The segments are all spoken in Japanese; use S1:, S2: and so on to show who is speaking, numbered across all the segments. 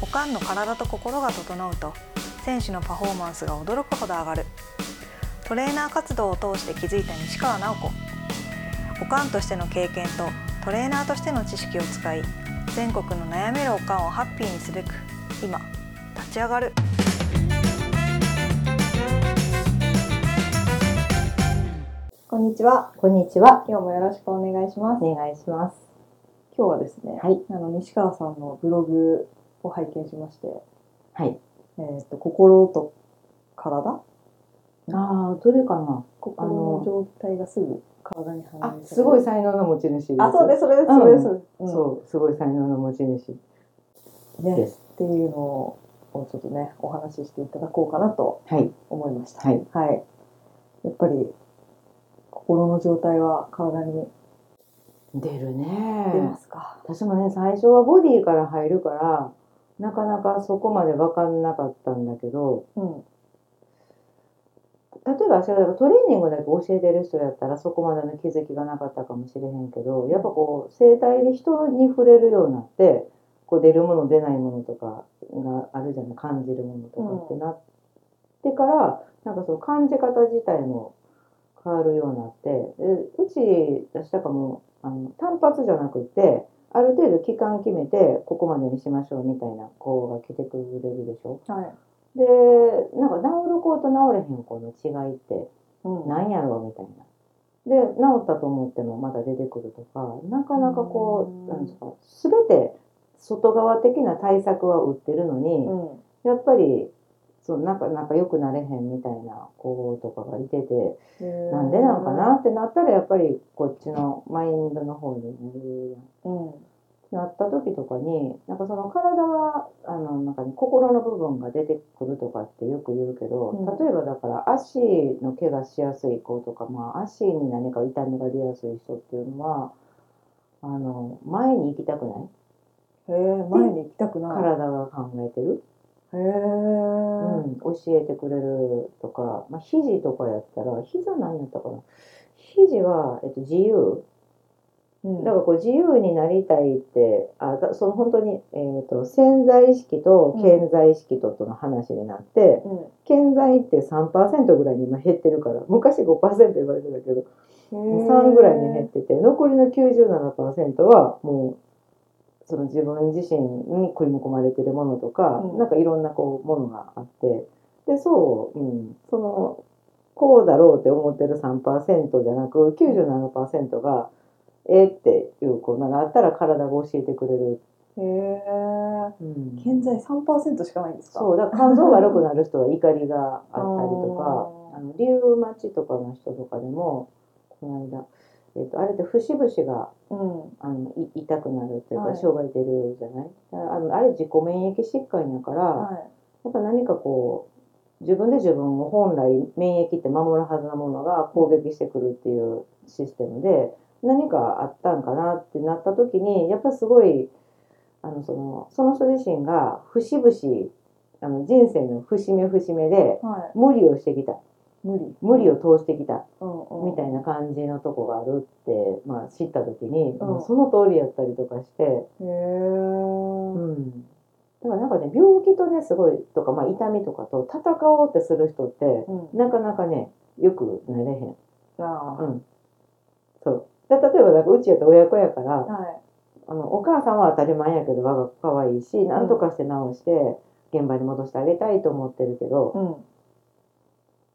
S1: おかんの体と心が整うと選手のパフォーマンスが驚くほど上がるトレーナー活動を通して気づいた西川直子おかんとしての経験とトレーナーとしての知識を使い全国の悩めるおかんをハッピーにすべく今立ち上がるこんにちは
S2: こんにちは。
S1: 今日もよろしくお願いします
S2: お願いします。
S1: 今日はですね、
S2: はい
S1: あの西川さんのブログを拝見しまして、
S2: はい。
S1: えー、と心と体
S2: ああ、どれかな
S1: 心の状態がすぐ体に反
S2: あ
S1: 映、される
S2: すごい才能の持ち主です。
S1: あそうですそれです
S2: うん
S1: それです、うん
S2: そう、すごい才能の持ち主
S1: ね
S2: で
S1: っ
S2: す。
S1: ていうのをちょっとねお話ししていただこうかなと
S2: はい。
S1: 思いました
S2: はい。
S1: はいやっぱり心の状態は体に
S2: 出る
S1: 出ま
S2: ね。
S1: すか、
S2: 私もね、最初はボディから入るから、なかなかそこまで分かんなかったんだけど、
S1: うん
S2: 例えば私がトレーニングだけ教えてる人やったらそこまでの気づきがなかったかもしれへんけど、やっぱこう、生体で人に触れるようになって、こう出るもの出ないものとかがあるじゃない、感じるものとかってなってから、なんかその感じ方自体も変わるようになって、でうち、私とかも、あの単発じゃなくて、ある程度期間決めて、ここまでにしましょうみたいな子が来てくれるでしょ。
S1: はい、
S2: で、なんか治る子と治れへん子の違いって、
S1: うん
S2: なんやろうみたいな。で、治ったと思ってもまだ出てくるとか、なかなかこ
S1: うん
S2: う、なんですか、すべて外側的な対策は打ってるのに、
S1: うん
S2: やっぱり、そうなんか、なんか良くなれへんみたいな子とかがいてて、
S1: へー
S2: なんでなんかなってなったら、やっぱりこっちのマインドの方になるやん
S1: うん
S2: なった時とかに、なんかその体は、あの、なんかね、心の部分が出てくるとかってよく言うけど、
S1: うん
S2: 例えばだから足の怪我しやすい子とか、まあ足に何か痛みが出やすい人っていうのは、あの、前に行きたくない
S1: へえ前に行きたくない
S2: 体が考えてる、
S1: へえ
S2: う、
S1: うん
S2: 教えてくれるとか、まあ肘とかやったら、膝何やったかな肘は、えっと、自由
S1: ん
S2: だからこう自由になりたいってあだその本当に、えー、と潜在意識と健在意識ととの話になって、健在って3%ぐらいに今減ってるから昔5%言われてたけど
S1: うん、
S2: 3ぐらいに減
S1: ね
S2: ってて残りの97%はもうその自分自身に食い込まれてるものとか、
S1: うん
S2: なんかいろんなこうものがあってでそう、うん、そのこうだろうって思ってる3%じゃなく97%がえーっていうこうなんかあったら体が教えてくれる、
S1: へえ現在3%しかないんですか
S2: そうだから肝臓が悪くなる人は怒りがあったり とか。あのリウマチとかの人とかでもこの間、えっとあれって節々が
S1: うん
S2: あのい痛くなるっていう
S1: は
S2: か
S1: い
S2: 障害出るじゃない、あのあれ自己免疫疾患やから、
S1: は
S2: やっぱ何かこう自分で自分を本来免疫って守るはずのものが攻撃してくるっていうシステムで何かあったんかなってなった時にやっぱすごいあのそのその人自身が節々あの人生の節目節目で
S1: いは
S2: 無理をしてきた
S1: い無理
S2: 無理を通してきた
S1: うんうん
S2: みたいな感じのとこがあるって、まあ、知った時に、
S1: うん
S2: もうその通りやったりとかして、
S1: へえ
S2: ん、だからなんかね病気とねすごいとか、まあ、痛みとかと戦おうってする人って
S1: うん
S2: なかなかねよくなれへん。
S1: あ
S2: うん、そうで例えばなんかうちやったら親子やから、
S1: あはい
S2: あのお母さんは当たり前やけど我が子可愛いし何とかして直して現場に戻してあげたいと思ってるけど、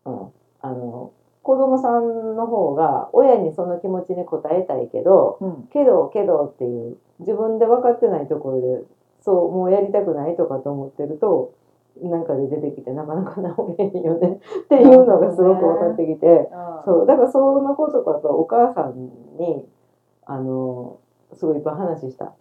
S1: うん
S2: うんあの子供さんの方が親にその気持ちに応えたいけど
S1: うん
S2: けどけどっていう自分で分かってないところでそうもうやりたくないとかと思ってるとなんかで出てきてなかなか治れへんよねっていうのがすごく分かってきて、
S1: う
S2: そうだからその子とかとお母さんにあのすごいいっぱい話した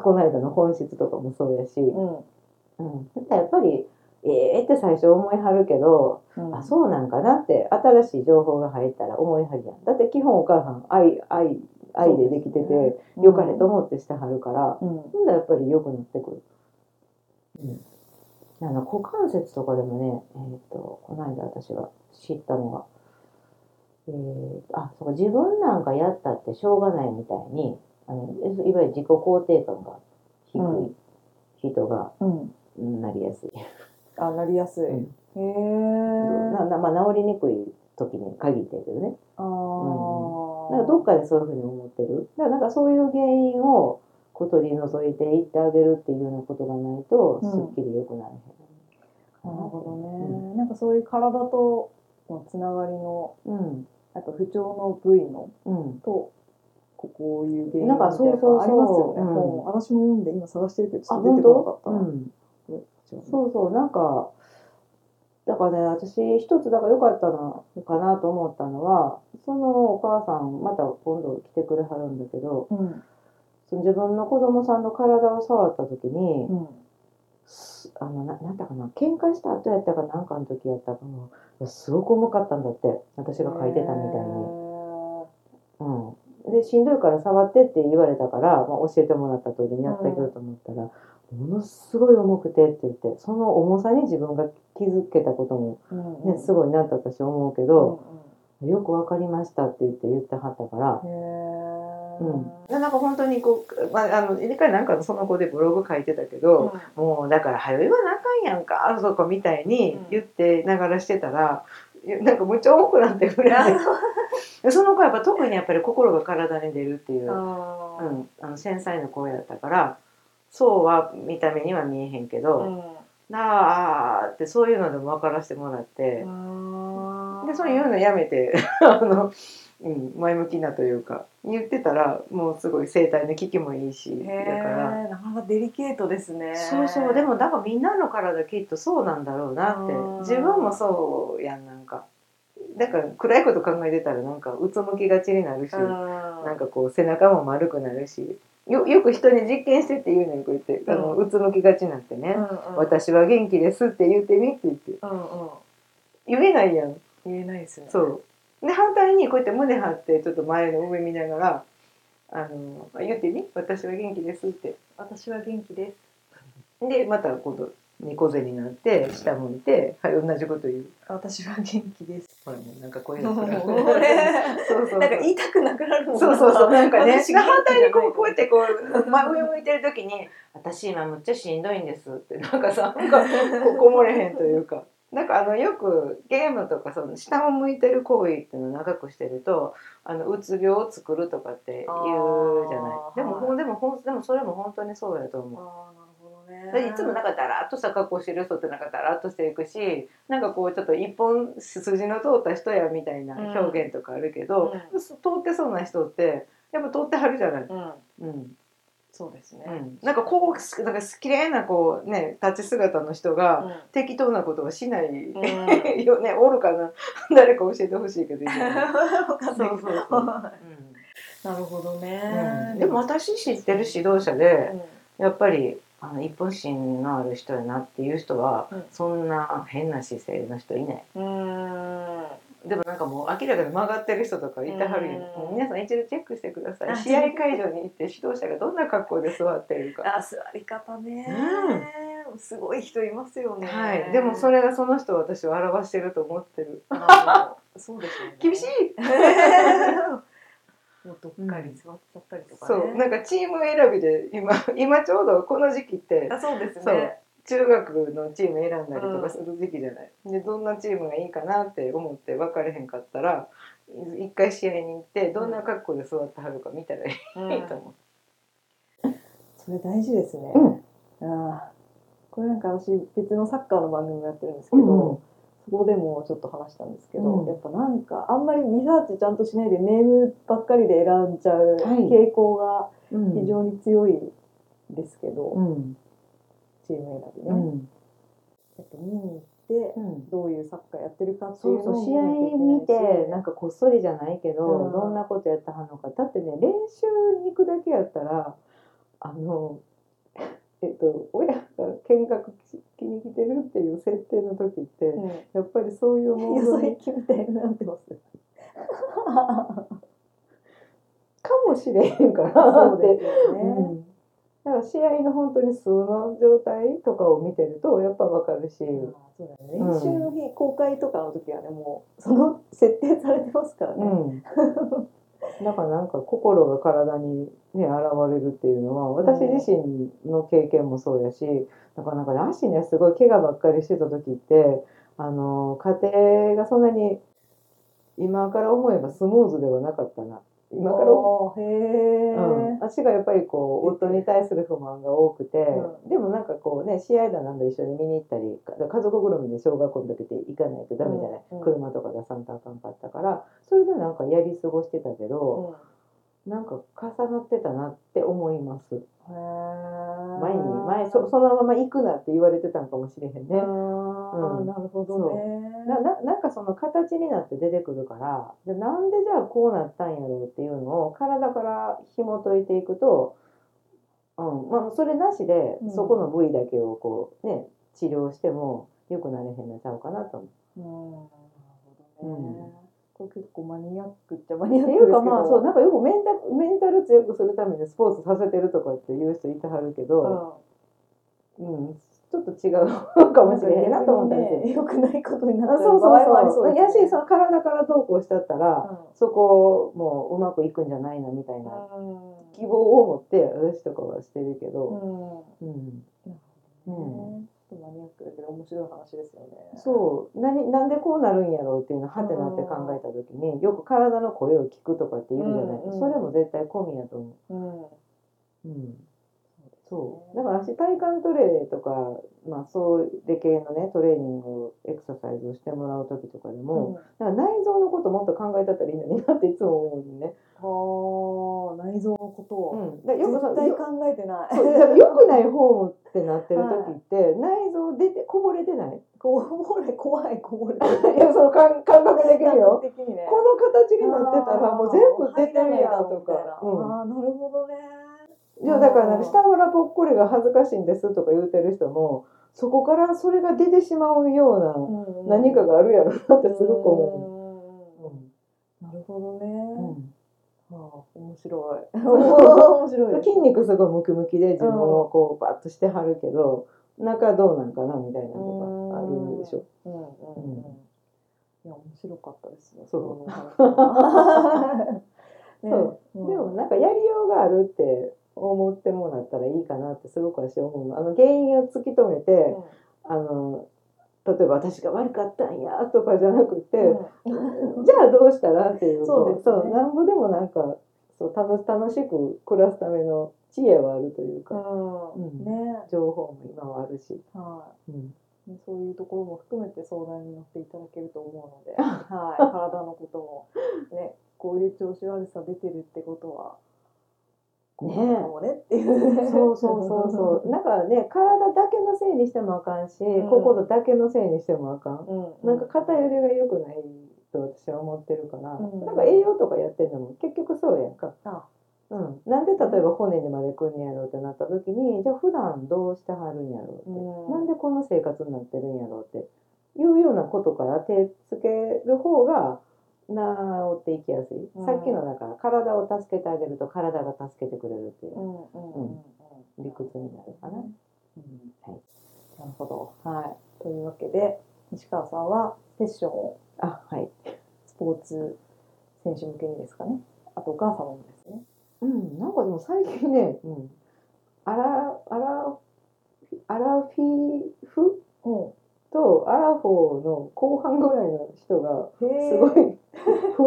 S2: この間の本質とかもそうやし、
S1: うん
S2: うん、だからやっぱりええって最初思いはるけど
S1: うん
S2: あそうなんかなって新しい情報が入ったら思いはりやんだって基本お母さん愛愛愛でできてて、
S1: そうですね
S2: 良かれと思ってしてはるから、
S1: うん
S2: ほんだらやっぱり良くなってくる、うん、あの股関節とかでもね、えー、とこの間私が知ったのが、えーあそうか自分なんかやったってしょうがないみたいにあのいわゆる自己肯定感が低い、
S1: うん
S2: 人が
S1: うん。
S2: うんなりやすい。
S1: あ、なりやすい。
S2: うん
S1: へえ。
S2: ななまあ、治りにくい時に限ってるけどね。
S1: あ
S2: な
S1: あ。
S2: んかどっかでそういうふうに思ってる。だからなんかそういう原因をこう取り除いていってあげるっていうようなことがないと、
S1: うん
S2: すっきり良くなる
S1: なるほどね、なんかそういう体とのつながりの、
S2: うん。
S1: なんか不調の部位の
S2: うん。
S1: と、ここういう原因みた
S2: ないん
S1: な
S2: かそうそうそう
S1: のありますよね。
S2: うん
S1: 本私も読んで今探してるけど、ち
S2: あ、
S1: ょっと出て
S2: 本
S1: こ
S2: 当
S1: な
S2: う
S1: かった。
S2: ん。
S1: これ違う
S2: そうそう、なんか、だからね、私、一つ、だから良かったのかなと思ったのは、そのお母さん、また今度来てくれはるんだけど、
S1: うん。
S2: その自分の子供さんの体を触った時
S1: う
S2: に、
S1: ん。
S2: すあの、ななんだかな、喧嘩した後やったかなんかの時やったかな、すごく重かったんだって、私が書いてたみたいに。うん。で、しんどいから触ってって言われたから、まあ、教えてもらった通りにやってあげようと思ったら、ものすごい重くてって言って、その重さに自分が気づけたことも、
S1: うん。
S2: ね、す
S1: い。
S2: ごいなと私思うけ
S1: う
S2: ど、
S1: ん
S2: よくわかりましたって言って言ってはったから、
S1: うん。
S2: う
S1: へえ。
S2: ん、でなんか本当にこう、まあ、あの一回なんかその子でブログ書いてたけど、もうだから早言わなあかんやんかあそこみたいに言ってながらしてたら、いやなんかむっちゃ重くなってくれて その子はやっぱ特にやっぱり心が体に出るっていう、
S1: あ
S2: う
S1: ー
S2: ん、あの繊細な声だったからそうは見た目には見えへんけ
S1: う
S2: ど、
S1: ん。
S2: なあってそういうのでも分からせてもらって。
S1: あー
S2: でそういうのやめて あの、うん、前向きなというか言ってたらもうすごい生態の危機もいいしだか
S1: へ
S2: ら
S1: え。なかなかデリケートですね。
S2: そうそうでもだからみんなの体きっとそうなんだろうなって
S1: うん
S2: 自分もそうやんなんかだから暗いこと考えてたらなんかうつむきがちになるし、
S1: うん、な
S2: なんかこう背中も丸くなるしよよく人に実験してって言うのにこうやって、あの
S1: う
S2: うつむきがちになってね、私は元気ですって言ってみって言って
S1: うんうん、
S2: 言えないやん
S1: 言えないですね。
S2: そう。で反対にこうやって胸張ってちょっと前の上見ながら「あの言ってね私は元気です」って。
S1: 私は元気です。
S2: でまた今度猫背になって下向いて「はい同じこと言う
S1: 私は元気 です。」
S2: ほらもうなんか声が
S1: も
S2: す
S1: う
S2: る。
S1: これ
S2: そう そうそう
S1: なんか言いたくなくなるもん
S2: そうそうそうなんかね
S1: 私元気じゃない
S2: 反対にこうこうやってこ う真上向いてる時に「私今むっちゃしんどいんです」ってなんかさなんかここもれへんというか。なんかあのよくゲームとかその下を向いてる行為っていうのを長くしてるとあのうつ病を作るとかって言うじゃない
S1: あー
S2: でも、ほ
S1: は
S2: んでもほんでもそれも本当にそうやと思う
S1: ああなるほど
S2: で
S1: ね。
S2: いつもなんかだらっとした格好してる人ってなんかだらっとしていくしなんかこうちょっと一本筋の通った人やみたいな表現とかあるけど、通ってそうな人ってやっぱ通ってはるじゃない、
S1: うん
S2: うん
S1: そうですね。
S2: うん、なんかこうすなんか綺麗なこうね立ち姿の人が
S1: う
S2: 適当なことはしない、
S1: ん。 うん。
S2: よね おるかな誰か教えてほしいけどいない
S1: わかんないけど
S2: そうそうそう
S1: なるほど
S2: う
S1: ね。
S2: んでも私知ってる指導者で
S1: うん
S2: やっぱりあの一本心のある人やなっていう人は、
S1: うん
S2: そんな変な姿勢の人いない。
S1: うん。
S2: でもなんかもう明らかに曲がってる人とかいてはるよ、
S1: うん
S2: もう皆さん一度チェックしてくださ
S1: あ
S2: い試合会場に行って指導者がどんな格好で座ってるか。
S1: あ座り方ね。すごい人いますよね。
S2: はい、でもそれがその人を私を表してると思ってる
S1: あのそうですね。
S2: 厳しい
S1: もうどっかに座っちゃったりとか
S2: そ
S1: ね。
S2: うなんかチーム選びで今今ちょうどこの時期って
S1: あそうです
S2: そう
S1: ね。
S2: 中学のチーム選んだりとかする時期じゃない、でどんなチームがいいかなって思って分かれへんかったらい一回試合に行ってどんな格好で座ってはるか見たらいいと思
S1: それ大事ですね。ああこれなんか私別のサッカーの番組もやってるんですけど、
S2: うんうん
S1: そこでもちょっと話したんですけど、
S2: うん
S1: やっぱなんかあんまりリサーチちゃんとしないでネームばっかりで選んじゃう
S2: はい
S1: 傾向が
S2: う、うん
S1: 非常に強いですけど、
S2: うん
S1: チーム選びね。
S2: う
S1: や
S2: ん
S1: っぱ見に行って
S2: うん
S1: どういうサッカーやってるかってい
S2: そう
S1: うの
S2: そ
S1: を
S2: う試合見てなん
S1: か
S2: かこっそりじゃないけど、
S1: うん
S2: どんなことやったはんのかだってね練習に行くだけやったらあの えっと親が見学しに来てるっていう設定の時って、やっぱりそういうモード
S1: 野
S2: に
S1: 菜きみたいになって ます。
S2: かもしれへんから
S1: そ
S2: っ
S1: う
S2: て
S1: ですよね。
S2: うんだから試合の本当に素の状態とかを見てるとやっぱわかるし、
S1: あそうだね、練習 の日、公開とかの時はねもうその設定されてますからね、
S2: ん、だからなんか心が体にね現れるっていうのは私自身の経験もそうやし、だからなんかね足ねすごい怪我ばっかりしてた時ってあの家庭がそんなに今から思えばスムーズではなかったな今から思
S1: おーへえ、
S2: うん、足がやっぱりこう夫に対する不満が多くて、でもなんかこうね試合だなんだ一緒に見に行ったりか家族ぐるみで小学校の時って行かないとダメじゃない、
S1: うんうん
S2: 車とか出さんとあかんかったからそれでなんかやり過ごしてたけど、
S1: うん
S2: なんか重なってたなって思います
S1: へえ
S2: 前に前そそのまま行くなって言われてたんかもしれへんね、
S1: あ
S2: う
S1: あ
S2: ん
S1: なるほどね
S2: なななんかその形になって出てくるからでなんでじゃあこうなったんやろうっていうのを体から紐解いていくと、うんまあ、それなしで
S1: うん
S2: そこの部位だけをこう、ね、治療しても良くなれへんなちゃうかなと思
S1: う
S2: う。
S1: んなるほど
S2: う
S1: ねこれ結構マニアックっちゃマニアッ
S2: っ
S1: ク
S2: て
S1: です
S2: い
S1: け
S2: う
S1: ど
S2: かまあそうなんかよくメンタルメンタル強くするためにスポーツさせてるとかっていう人いてはるけど、うんちょっと違う か
S1: うん
S2: もしれへんなと思ったんですよ。
S1: よくないことにな
S2: あ
S1: っちゃ
S2: そう
S1: う場合もあり
S2: そ
S1: そ
S2: うそうう。
S1: で
S2: や
S1: す
S2: し
S1: ね
S2: その体からどうこうしたったら、そこもううまくいくんじゃないのみたいな
S1: うん
S2: 希望を持って私とかはしてるけ
S1: う
S2: ど、
S1: ん
S2: うん
S1: ねちょっとマニアックだけど面白い話ですよね。
S2: そう何なんでこうなるんやろうっていうのはてなって考えた時によく体の声を聞くとかって言うじゃない、
S1: うんうん
S2: それも絶対込みやと思
S1: う。うん。
S2: う。うんそうだから足体幹トレーとか、まあ、そうで系のねトレーニングエクササイズをしてもらう時とかでも、
S1: う
S2: なんか内臓のこともっと考えたったらいいのになっていつも思うのね、
S1: はあ、内臓のことを。
S2: うん、だからよくそ
S1: 絶対
S2: う
S1: 考えてない。
S2: そうだから良くないフォームってなってる時って、内臓出てこぼれてない
S1: こぼれ、怖い、こぼれ。
S2: いやその感感覚できるよ
S1: 的にね。
S2: この形になってたらもう全部出てるやんとか、うん
S1: ああー、なるほどね。
S2: いやだからなんか下腹ぽっこりが恥ずかしいんですとか言うてる人もそこからそれが出てしまうような何かがあるやろなってすごく思う。
S1: 思
S2: うん
S1: う。なるほどね。ああ、面白い。面白いです。
S2: 筋肉すごいムキムキで自分をこうバッとしてはるけど中どうなんかなみたいなのがあるでしょ。
S1: うんうんうん。いや面白かったですね。。
S2: そう
S1: ね、
S2: そう
S1: うん
S2: でもなんかやりようがあるって思ってもらったらいいかなってすごく私思うのあの原因を突き止めて、あの例えば私が悪かったんやとかじゃなくて、
S1: うん
S2: じゃあどうしたらっていう
S1: そうですね
S2: こうそうなんぼでもなんかそう楽楽しく暮らすための知恵はあるというか、
S1: うん
S2: うん
S1: ね、
S2: 情報も今はあるし、
S1: は
S2: うん
S1: い、ねそういうところも含めて相談に乗っていただけると思 うので、はい、体のこともね、こういう調子悪さ出てるってことは、
S2: ね
S1: こうなのかもねっていう。
S2: そうそうそうそう。 なんかね体だけのせいにしてもあかんし、
S1: ん
S2: 心だけのせいにしてもあかん。
S1: う
S2: なんか偏りが良くないと私は思ってるから、
S1: うん
S2: なんか栄養とかやってんのも結局そうやんか。
S1: あ
S2: うん、なんで例えば骨にまで来んねやろうってなった時にじゃあ普段どうしてはるんやろうって、
S1: うん
S2: なんでこの生活になってるんやろうっていうようなことから手つける方が治っていきやすい、
S1: うん
S2: さっきのだから体を助けてあげると体が助けてくれるっていううん
S1: うんうんうん
S2: 理屈になるかな。
S1: うん
S2: はい
S1: なるほど。はい。というわけで、西川さんはセッションを
S2: あはい、
S1: スポーツ選手向けにですかね。あとお母様もですね。
S2: うん、なんかでも最近ね、うん、アラアラアラフィフ
S1: うん。
S2: とアラフォーの後半ぐらいの人がすごい
S1: い。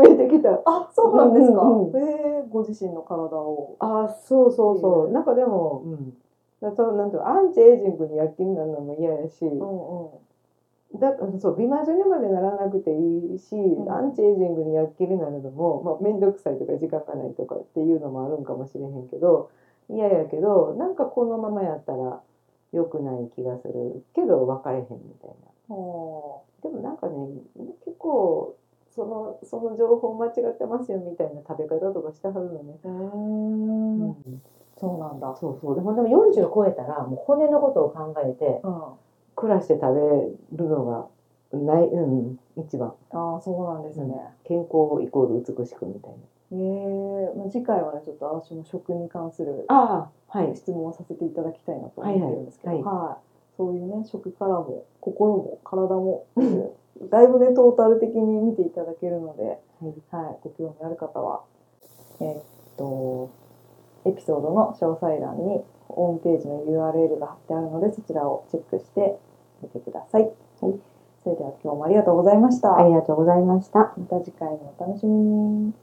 S2: 増えてきた。
S1: あ、そうなんですか。
S2: うんうん
S1: へえ、ご自身の体を。
S2: あそうそうそう、
S1: うん
S2: なんかでも、うん、だとなんていうのアンチエイジングに躍起になるのも嫌やし、
S1: う
S2: だそう美魔女にまでならなくていいし、
S1: ん
S2: アンチエイジングに躍起になるのも、まあ、面倒くさいとか時間がないとかっていうのもあるんかもしれへんけど嫌やけどなんかこのままやったら良くない気がするけど分かれへんみたいな。
S1: んうん。
S2: でもなんかね結構そのその情報間違ってますよみたいな食べ方とかしてはるのね。
S1: うん。そうなんだ。
S2: そうそうでもでも40超えたらもう骨のことを考えて
S1: うん。あ
S2: 暮らして食べるのがない、うん、一番
S1: あ、そうなんですね。
S2: 健康イコール美しくみたい
S1: ええ、まあ次回はね、ちょっと私も食に関する
S2: なああはい
S1: 質問をさせていただきたいなと思ってるんですけど、は
S2: はいいは
S1: そういうね、食からも心も体も、 だいぶね、トータル的に見ていただけるので、はい、ご興味ある方は、えーっと、エピソードの詳細欄にホームページの URL が貼ってあるので、そちらをチェックしてみてください。はい。それでは今日もありがとうございました。
S2: ありがとうございました。
S1: また次回もお楽しみに。